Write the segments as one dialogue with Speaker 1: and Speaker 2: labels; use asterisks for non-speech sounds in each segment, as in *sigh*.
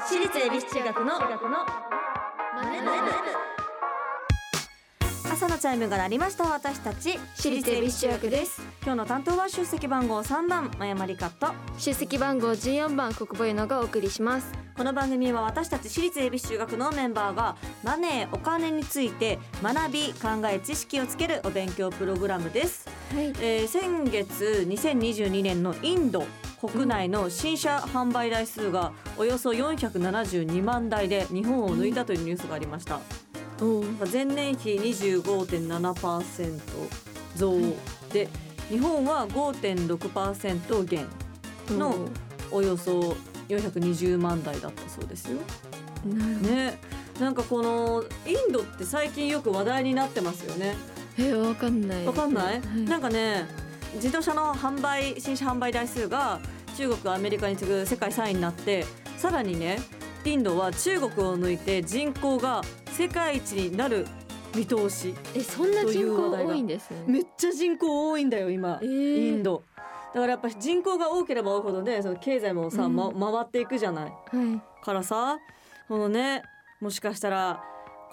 Speaker 1: 私立恵比寿中学の
Speaker 2: 朝のチャイムが鳴りました私たち
Speaker 1: 私立恵比寿中学です
Speaker 2: 今日の担当は出席番号3番まやまりかと
Speaker 1: 出席番号14番国母ゆのがお送りします
Speaker 2: この番組は私たち私立恵比寿中学のメンバーがマネーお金について学び考え知識をつけるお勉強プログラムです、
Speaker 1: はい
Speaker 2: えー先月2022年のインド国内の新車販売台数がおよそ472万台で日本を抜いたというニュースがありました、
Speaker 1: お
Speaker 2: 前年比25.7%増で日本は5.6%減のおよそ420万台だったそうですよ。
Speaker 1: なる
Speaker 2: ねなんかこのインドって最近よく話題になってますよね。
Speaker 1: えわかんない
Speaker 2: わかんない、
Speaker 1: はい
Speaker 2: なんかね自動車の販売新車販売台数が中国アメリカに次ぐ世界3位になってさらにねインドは中国を抜いて人口が世界一になる見通し。
Speaker 1: えそんな
Speaker 2: とい
Speaker 1: 人
Speaker 2: う
Speaker 1: 口
Speaker 2: 話題が
Speaker 1: 多いんですね
Speaker 2: めっちゃ人口多いんだよ今、
Speaker 1: えー
Speaker 2: インドだからやっぱ人口が多ければ多いほどねその経済もさ、
Speaker 1: うん
Speaker 2: ま、回っていくじゃない
Speaker 1: はい
Speaker 2: からさこのねもしかしたら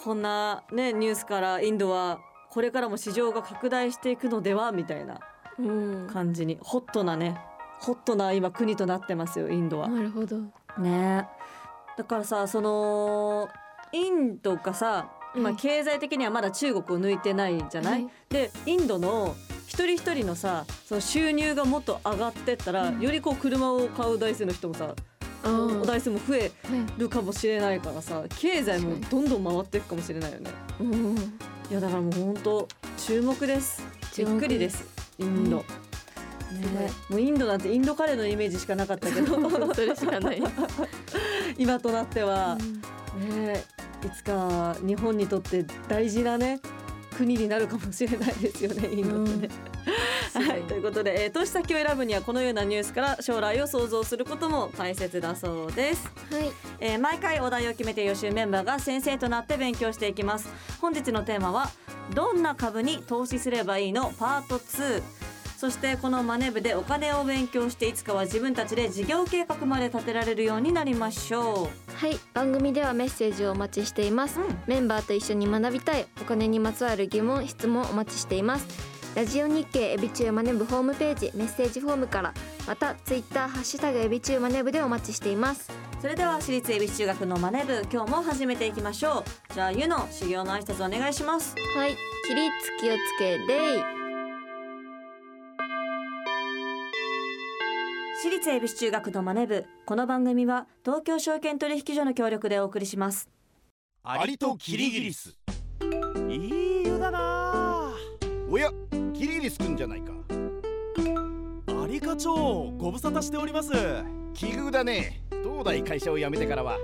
Speaker 2: こんなねニュースからインドはこれからも市場が拡大していくのではみたいな
Speaker 1: うんな
Speaker 2: 感じにホットなねホットな今国となってますよインドは。
Speaker 1: るほど
Speaker 2: ねだからさそのインドがさま
Speaker 1: は
Speaker 2: あ
Speaker 1: い
Speaker 2: 経済的にはまだ中国を抜いてないじゃない、
Speaker 1: はい
Speaker 2: でインドの一人一人のさその収入がもっと上がってったら、
Speaker 1: うん
Speaker 2: よりこう車を買う台数の人もさ、
Speaker 1: あー
Speaker 2: お台数も増え
Speaker 1: はい
Speaker 2: るかもしれないからさ経済もどんどん回っていくかもしれないよね
Speaker 1: うん
Speaker 2: いやだからもう本当注目ですび
Speaker 1: 注
Speaker 2: っ
Speaker 1: 目
Speaker 2: くりですインド、ねもうインドなんてインドカレーのイメージしかなかったけど *laughs*
Speaker 1: それしかない
Speaker 2: 今となっては、ねえいつか日本にとって大事なね国になるかもしれないですよねインドってね。
Speaker 1: うん
Speaker 2: はい、ということで、えー投資先を選ぶにはこのようなニュースから将来を想像することも大切だそうです、
Speaker 1: はい
Speaker 2: えー毎回お題を決めて予習メンバーが先生となって勉強していきます本日のテーマは「どんな株に投資すればいいの?」パート2そしてこのマネ部でお金を勉強していつかは自分たちで事業計画まで立てられるようになりましょ
Speaker 1: はい番組ではメッセージをお待ちしています、
Speaker 2: うん
Speaker 1: メンバーと一緒に学びたいお金にまつわる疑問質問お待ちしていますラジオ日経エビチューマネブホームページメッセージフォームからまたツイッターハッシュタグエビチューマネブでお待ちしています
Speaker 2: うそれでは私立恵比寿中学のマネ部今日も始めていきましょうじゃあゆの修行の挨拶お願いします
Speaker 1: はい起立気をつけ礼
Speaker 2: 私立恵比寿中学のマネ部この番組は東京証券取引所の協力でお送りします
Speaker 3: アリとキリギリスいい湯だな
Speaker 4: おやキリギリスくんじゃないか
Speaker 3: アリ課長ご無沙汰しております
Speaker 4: 奇遇だね東大会社を辞めてからは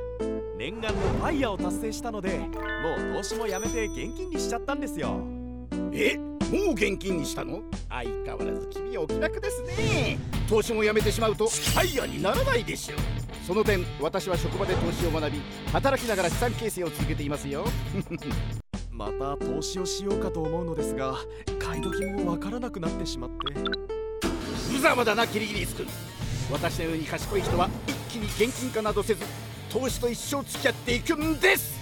Speaker 3: 念願のファイヤーを達成したのでもう投資もやめて現金にしちゃったんですよ
Speaker 4: えもう現金にしたの相変わらず君はお気楽ですね投資も辞めてしまうとファイヤーにならないでしょその点私は職場で投資を学び働きながら資産形成を続けていますよ
Speaker 3: また投資をしようかと思うのですが買い時もわからなくなってしまって
Speaker 4: 無様だなキリギリスくん私のように賢い人は一気に現金化などせず投資と一生付き合っていくんです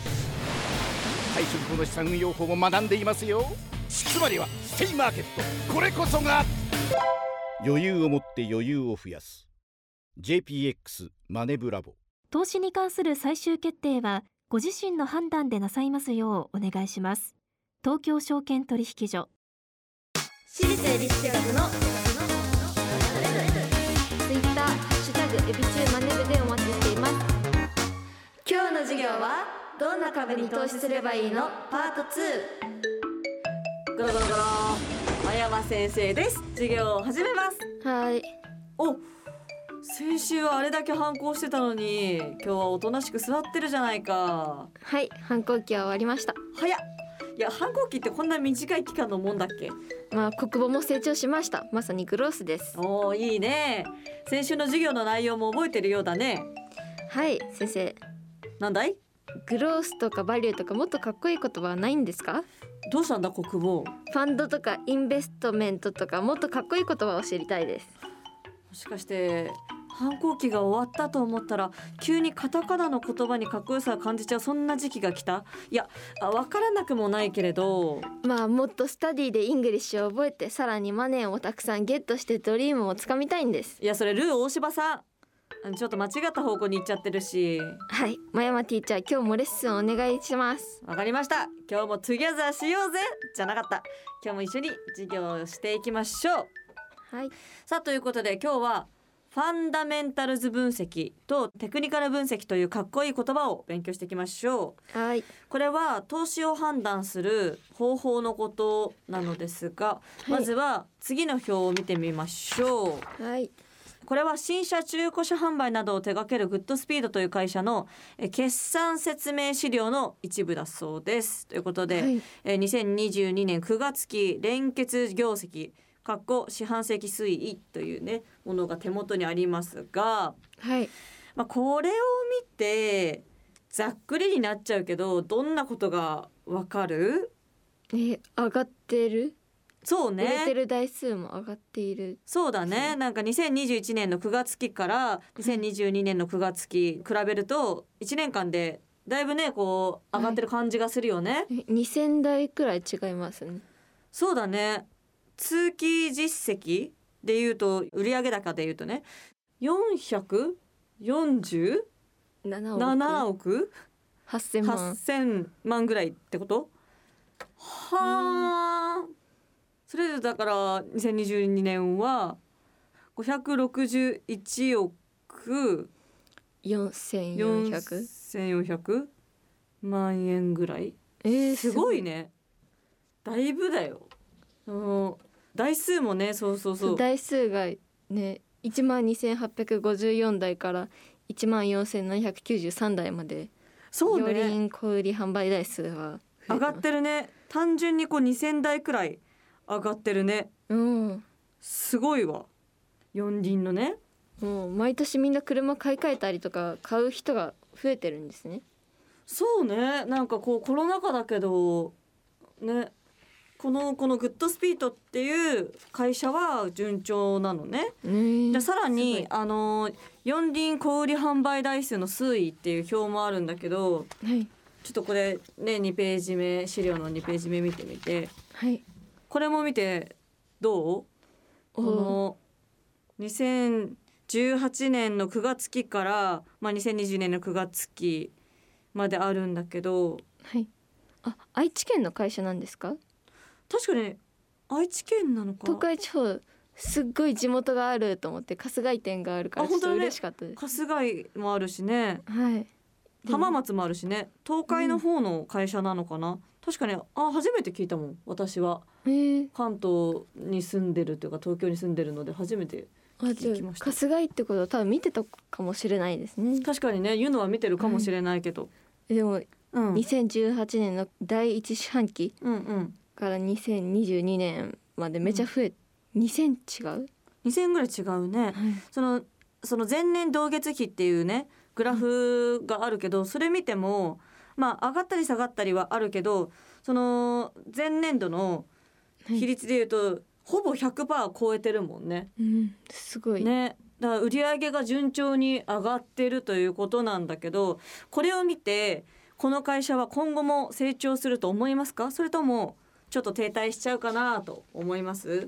Speaker 4: 最初にこの資産運用法も学んでいますよつまりはステイマーケットこれこそが余裕を持って余裕を増やす JPX マネブラボ
Speaker 5: 投資に関する最終決定はご自身の判断でなさいますようお願いします東京証券取引所
Speaker 1: 私立エビチュー学のツイッターハッシュタグエビチューマネブでお待ちしています今日の授業はどんな株に投資すればいいのパート2
Speaker 2: ゴロゴロゴロ真山先生です授業を始めます
Speaker 1: はい
Speaker 2: お先週はあれだけ反抗してたのに今日はおとなしく座ってるじゃないか
Speaker 1: はい反抗期は終わりました
Speaker 2: 早っいや反抗期ってこんな短い期間のもんだっけ
Speaker 1: まあ国母も成長しましたまさにグロースです
Speaker 2: おーいいね先週の授業の内容も覚えてるようだね
Speaker 1: はい先生
Speaker 2: なんだい
Speaker 1: グロースとかバリューとかもっとかっこいい言葉はないんですか
Speaker 2: どうしたんだ国防も
Speaker 1: ファンドとかインベストメントとかもっとかっこいい言葉を知りたいです
Speaker 2: しかして反抗期が終わったと思ったら急にカタカナの言葉にかっこよさを感じちゃうそんな時期が来たいやあ分からなくもないけれど
Speaker 1: まあもっとスタディでイングリッシュを覚えてさらにマネーをたくさんゲットしてドリームをつかみたいんです
Speaker 2: いやそれルー大柴さんあのちょっと間違った方向に行っちゃってるし
Speaker 1: はい真山ティーチャー今日もレッスンお願いします
Speaker 2: わかりました今日もトゥギャザーしようぜじゃなかった今日も一緒に授業をしていきましょう
Speaker 1: はい
Speaker 2: さあということで今日はファンダメンタルズ分析とテクニカル分析というかっこいい言葉を勉強していきましょう
Speaker 1: はい
Speaker 2: これは投資を判断する方法のことなのですが、
Speaker 1: い
Speaker 2: まずは次の表を見てみましょう
Speaker 1: はい
Speaker 2: これは新車中古車販売などを手掛けるグッドスピードという会社のえ決算説明資料の一部だそうです。ということで、
Speaker 1: はい
Speaker 2: えー2022年9月期連結業績かっこ四半世紀推移というねものが手元にありますが、
Speaker 1: はい
Speaker 2: まあ、これを見てざっくりになっちゃうけどどんなことがわかる
Speaker 1: え上がってる、
Speaker 2: そう
Speaker 1: 売れて
Speaker 2: ね
Speaker 1: る台数も上がっている
Speaker 2: そうだねなんか2021年の9月期から2022年の9月期比べると1年間でだいぶねこう上がってる感じがするよね。
Speaker 1: え2000台くらい違いますね
Speaker 2: そうだね通期実績でいうと売上高でいうとね447
Speaker 1: 7億
Speaker 2: 億
Speaker 1: 8000万
Speaker 2: 8,000万ぐらいってことはあそれでだから2022年は561億
Speaker 1: 4400
Speaker 2: 4400万円ぐらい
Speaker 1: えー、
Speaker 2: すごいねだいぶだよその台数もねそうそうそう
Speaker 1: 台数がね1万2854台から1万4793台まで
Speaker 2: そう
Speaker 1: 両
Speaker 2: ね
Speaker 1: 輪小売り販売台数は増え
Speaker 2: 上がってるね単純にこう2,000台くらい上がってるね
Speaker 1: うん
Speaker 2: すごいわ四輪のね
Speaker 1: もう毎年みんな車買い替えたりとか買う人が増えてるんですね
Speaker 2: そうねなんかこうコロナ禍だけどねこのこのグッドスピードっていう会社は順調なのね。
Speaker 1: ね
Speaker 2: でさら
Speaker 1: すご
Speaker 2: に
Speaker 1: い
Speaker 2: あの四輪小売販売台数の推移っていう表もあるんだけど
Speaker 1: はい
Speaker 2: ちょっとこれね2ページ目資料の2ページ目見てみて
Speaker 1: はい
Speaker 2: これも見てどうこ
Speaker 1: おー
Speaker 2: の2018年の9月期から、まあ、2020年の9月期まであるんだけど
Speaker 1: はいあ愛知県の会社なんですか
Speaker 2: 確かに愛知県なのか
Speaker 1: 東海地方すっごい地元があると思って春日井店があるから
Speaker 2: あ
Speaker 1: ちょっ
Speaker 2: 本当
Speaker 1: と
Speaker 2: だね
Speaker 1: 嬉しかったです、
Speaker 2: 春日井もあるしね
Speaker 1: はいでも
Speaker 2: 浜松もあるしね東海の方の会社なのかな、確かにあ初めて聞いたもん私は
Speaker 1: えー、
Speaker 2: 関東に住んでるというか東京に住んでるので初めて
Speaker 1: あじ
Speaker 2: 聞
Speaker 1: ゃあ
Speaker 2: きました
Speaker 1: 春日井ってことは多分見てたかもしれないですね
Speaker 2: 確かにね言うのは見てるかもしれないけど、
Speaker 1: でも
Speaker 2: うん、うん
Speaker 1: 2018年の第一四半期
Speaker 2: うん
Speaker 1: から2022年までめちゃ増え、2000違う、
Speaker 2: 2000ぐらい違うねそのその前年同月比っていうねグラフがあるけど、それ見てもまあ上がったり下がったりはあるけどその前年度の比率でいうと、ほぼ100%超えてるもんね。
Speaker 1: うん、すごい、
Speaker 2: ねだから売り上げが順調に上がってるということなんだけどこれを見てこの会社は今後も成長すると思いますかそれともちょっと停滞しちゃうかなと思います、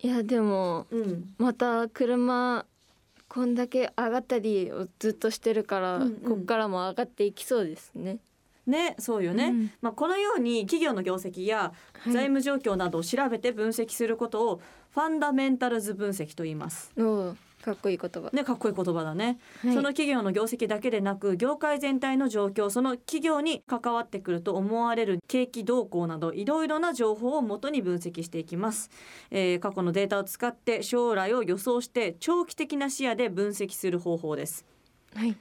Speaker 1: いやでも
Speaker 2: うん、
Speaker 1: また車こんだけ上がったりをずっとしてるから、
Speaker 2: うんうん
Speaker 1: こっからも上がっていきそうですね。
Speaker 2: ねそうよね。
Speaker 1: うん
Speaker 2: まあ、このように企業の業績や
Speaker 1: はい
Speaker 2: 財務状況などを調べて分析することをファンダメンタルズ分析と言います。
Speaker 1: おうかっこいい言葉。
Speaker 2: ね、かっこいい言葉だね、
Speaker 1: はい
Speaker 2: その企業の業績だけでなく業界全体の状況その企業に関わってくると思われる景気動向などいろいろな情報をもとに分析していきます、えー過去のデータを使って将来を予想して長期的な視野で分析する方法です
Speaker 1: はい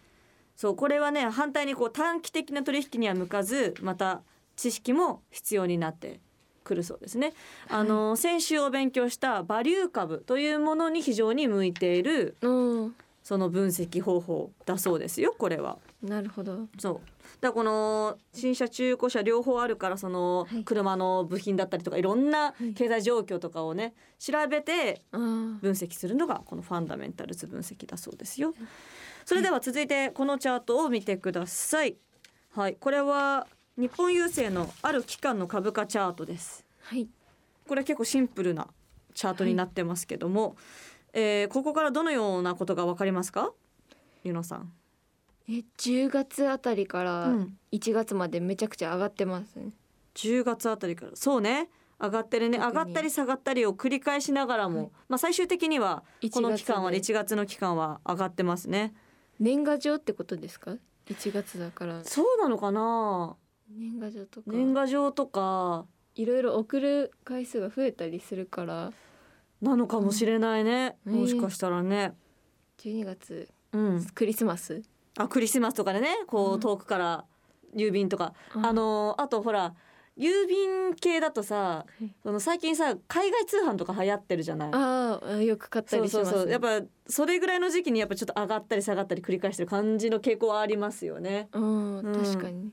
Speaker 2: そうこれはね反対にこう短期的な取引には向かずまた知識も必要になってくるそうですね。あの、先週お勉強したバリュー株というものに非常に向いている
Speaker 1: おう
Speaker 2: その分析方法だそうですよこれは。
Speaker 1: なるほど。
Speaker 2: そうだからこの新車中古車両方あるからその
Speaker 1: はい
Speaker 2: 車の部品だったりとかいろんない経済状況とかをね調べて
Speaker 1: ああ。
Speaker 2: 分析するのがこのファンダメンタルズ分析だそうですよ。それでは続いてこのチャートを見てください。はい、これは日本郵政のある機関の株価チャートです。
Speaker 1: はい。
Speaker 2: これ結構シンプルなチャートになってますけども、えーここからどのようなことがわかりますか、ゆのさん。
Speaker 1: え、10月あたりから
Speaker 2: うん
Speaker 1: 1月までめちゃくちゃ上がってますね。
Speaker 2: 10月あたりからそうね上がってるね
Speaker 1: 特
Speaker 2: 上がっ
Speaker 1: に
Speaker 2: たり下がったりを繰り返しながらも、
Speaker 1: はい
Speaker 2: まあ最終的には
Speaker 1: 1
Speaker 2: この期間はね
Speaker 1: 月
Speaker 2: 1月の期間は上がってますね。
Speaker 1: 年賀状ってことですか？1月だから
Speaker 2: そうなのかな
Speaker 1: 年賀状とか
Speaker 2: 年賀状とか
Speaker 1: いろいろ送る回数が増えたりするから
Speaker 2: なのかもしれないね、
Speaker 1: うん
Speaker 2: もしかしたらね。
Speaker 1: 12月
Speaker 2: うん、
Speaker 1: クリスマス
Speaker 2: あクリスマスとかでねこ
Speaker 1: う
Speaker 2: うん遠くから郵便とか、
Speaker 1: うん
Speaker 2: あのあとほら郵便系だとさ
Speaker 1: はい
Speaker 2: その最近さ海外通販とか流行ってるじゃない。
Speaker 1: ああよく買った
Speaker 2: そう
Speaker 1: りし
Speaker 2: そ
Speaker 1: ま
Speaker 2: う
Speaker 1: す
Speaker 2: そうやっ
Speaker 1: ぱ
Speaker 2: ぱそれぐらいの時期にやっぱちょっと上がったり下がったり繰り返してる感じの傾向はありますよね
Speaker 1: うん
Speaker 2: うん
Speaker 1: 確かに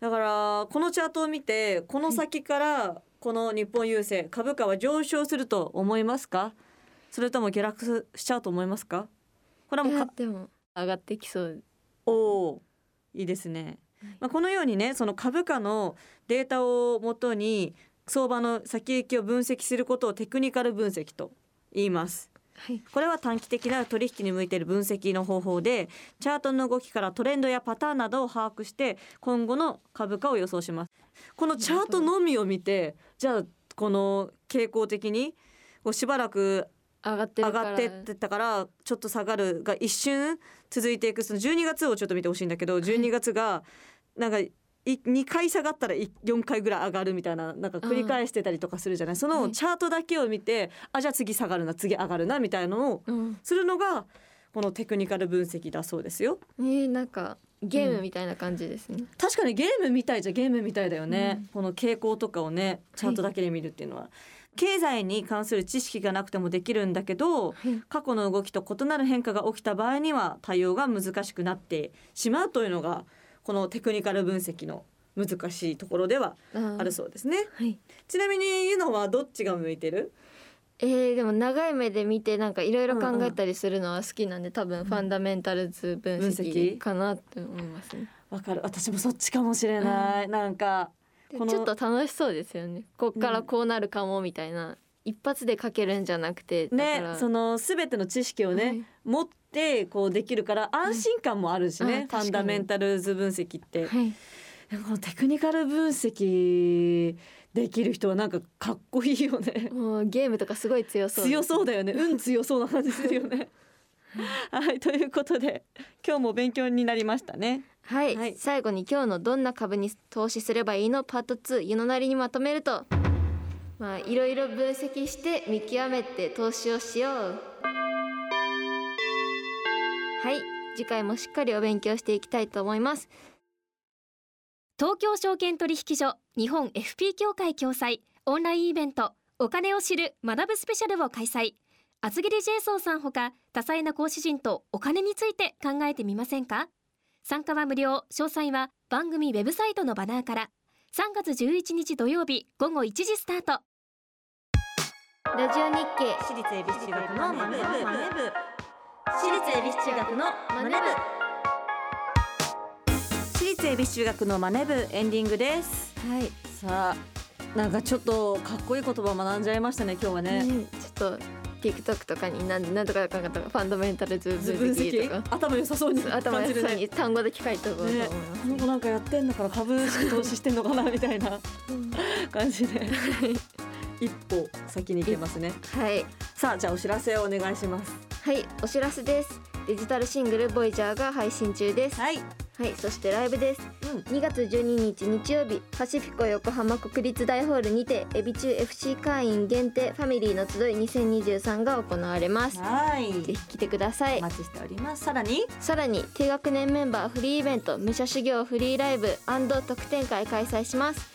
Speaker 2: だからこのチャートを見てこの先からこの日本郵政株価は上昇すると思いますかそれとも下落しちゃうと思いますかこれ
Speaker 1: い
Speaker 2: はもう
Speaker 1: や
Speaker 2: か
Speaker 1: でも上がってきそう
Speaker 2: おおいいですね、まあ、このようにねその株価のデータをもとに相場の先行きを分析することをテクニカル分析と言います
Speaker 1: はい
Speaker 2: これは短期的な取引に向いている分析の方法でチャートの動きからトレンドやパターンなどを把握して今後の株価を予想しますこのチャートのみを見てじゃあこの傾向的にこうしばらく
Speaker 1: 上がって
Speaker 2: 上
Speaker 1: るから
Speaker 2: がってってたからちょっと下がるが一瞬続いていくその12月をちょっと見てほしいんだけど12月がなんかい2回下がったらい4回ぐらい上がるみたいななんか繰り返してたりとかするじゃないそ
Speaker 1: は
Speaker 2: の
Speaker 1: い
Speaker 2: チャートだけを見てあじゃあ次下がるな次上がるなみたいのを
Speaker 1: うん
Speaker 2: するのがこのテクニカル分析だそうですよ
Speaker 1: えーなんかゲームみたいな感じですね
Speaker 2: 確かにゲームみたいじゃゲームみたいだよね、この傾向とかをねチャートだけで見るっていうのは、経済に関する知識がなくてもできるんだけど、
Speaker 1: はい
Speaker 2: 過去の動きと異なる変化が起きた場合には対応が難しくなってしまうというのがこのテクニカル分析の難しいところでは
Speaker 1: あ
Speaker 2: ある
Speaker 1: ー
Speaker 2: そうですね、
Speaker 1: はい
Speaker 2: ちなみにユノはどっちが向いてる
Speaker 1: えー、でも長い目で見てなんかいろいろ考えたりするのは好きなんで、多分ファンダメンタルズ分
Speaker 2: 分析
Speaker 1: 析かなって思いますね。
Speaker 2: わかる私もそっちかもしれない、なんか
Speaker 1: で
Speaker 2: この
Speaker 1: ちょっと楽しそうですよね。こっからこうなるかもみたいな、一発でかけるんじゃなくて、だ
Speaker 2: ね
Speaker 1: から
Speaker 2: その全ての知識をね、
Speaker 1: はい
Speaker 2: 持ってこうできるから安心感もあるしね、
Speaker 1: はいあ
Speaker 2: ファンダメンタルズ分析って、
Speaker 1: はい、
Speaker 2: でもこのテクニカル分析できる人はなんかかっこいいよね
Speaker 1: もうゲームとかすごい強 *laughs* そうです
Speaker 2: 強そうだよね運強そうな感じするよねはいということで今日も勉強になりましたね
Speaker 1: はい、
Speaker 2: はい
Speaker 1: 最後に今日のどんな株に投資すればいいのパート2湯のなりにまとめると、まあいろいろ分析して見極めて投資をしよう。はい、次回もしっかりお勉強していきたいと思います。
Speaker 5: 東京証券取引所日本 FP 協会共催オンラインイベントお金を知る学ぶスペシャルを開催厚切りジェイソンさんほか多彩な講師陣とお金について考えてみませんか参加は無料詳細は番組ウェブサイトのバナーから3月11日土曜日午後1時スタート
Speaker 1: ラジオ日経
Speaker 2: 私立恵比寿中学のマネブ私立恵比寿中学の
Speaker 1: マネ
Speaker 2: 私立恵比寿中学のマネ部エンディングです
Speaker 1: はい、
Speaker 2: さあなんかちょっとかっこいい言葉を学んじゃいましたね今日はね、
Speaker 1: うんちょっと TikTok とかになんなんとかかんかとかファンダメンタルズ
Speaker 2: 自
Speaker 1: 分
Speaker 2: 分
Speaker 1: 析
Speaker 2: 析
Speaker 1: とか
Speaker 2: 頭良さそうに
Speaker 1: 頭
Speaker 2: 感
Speaker 1: の
Speaker 2: じる
Speaker 1: 中
Speaker 2: ね
Speaker 1: に単語で書いておこうと思い
Speaker 2: ね
Speaker 1: ます、
Speaker 2: この子なんかやってんだから株式投資してんのかなみたいな感じで一歩先に行けますね
Speaker 1: はい
Speaker 2: さあじゃあお知らせをお願いします
Speaker 1: はいお知らせですデジタルシングル「ボイジャーが配信中です
Speaker 2: はい、
Speaker 1: はいそしてライブです2月12日日曜日パシフィコ横浜国立大ホールにてエビ中 FC 会員限定ファミリーの集い2023が行われます
Speaker 2: は
Speaker 1: ぜ
Speaker 2: い
Speaker 1: ひ来てくださ
Speaker 2: お
Speaker 1: い
Speaker 2: 待ちしておりますさらに
Speaker 1: さらに低学年メンバーフリーイベント武者修行フリーライブ特典会開催します、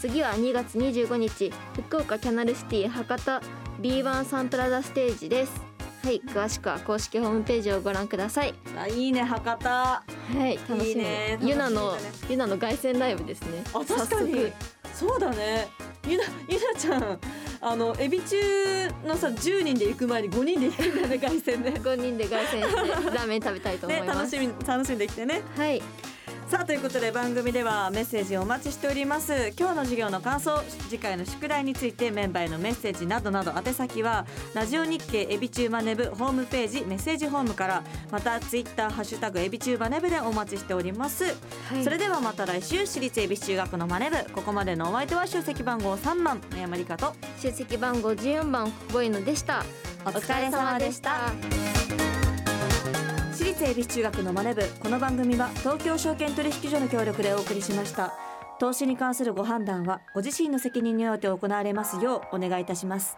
Speaker 1: 次は2月25日福岡キャナルシティ博多 B1 サンプラザステージですはい詳しくは公式ホームページをご覧ください
Speaker 2: あいいね博多
Speaker 1: はい楽しみ
Speaker 2: いいね
Speaker 1: ゆなの
Speaker 2: 楽しみだ
Speaker 1: ゆなの凱旋ライブですね
Speaker 2: あ確かにそうだねゆなゆなちゃんあのエビ中のさ10人で行く前に5人で行くんだよね凱旋 *laughs* で
Speaker 1: 5人で凱旋してラーメン食べたいと思
Speaker 2: *laughs*
Speaker 1: い
Speaker 2: ね
Speaker 1: ま
Speaker 2: 楽
Speaker 1: す、
Speaker 2: しみ楽しんできてね
Speaker 1: はい
Speaker 2: さあということで番組ではメッセージをお待ちしております今日の授業の感想次回の宿題についてメンバーへのメッセージなどなど宛先はラジオ日経エビチューバネブホームページメッセージホームからまたツイッターハッシュタグエビチューバネブでお待ちしております
Speaker 1: はい
Speaker 2: それではまた来週私立恵比寿中学のマネ部ここまでのお相手は集積番号3番宮山理香と
Speaker 1: 出席番号14番ボイノでした
Speaker 2: お疲れ様でした私立恵比寿中学のマネ部この番組は東京証券取引所の協力でお送りしました投資に関するご判断はご自身の責任において行われますようお願いいたします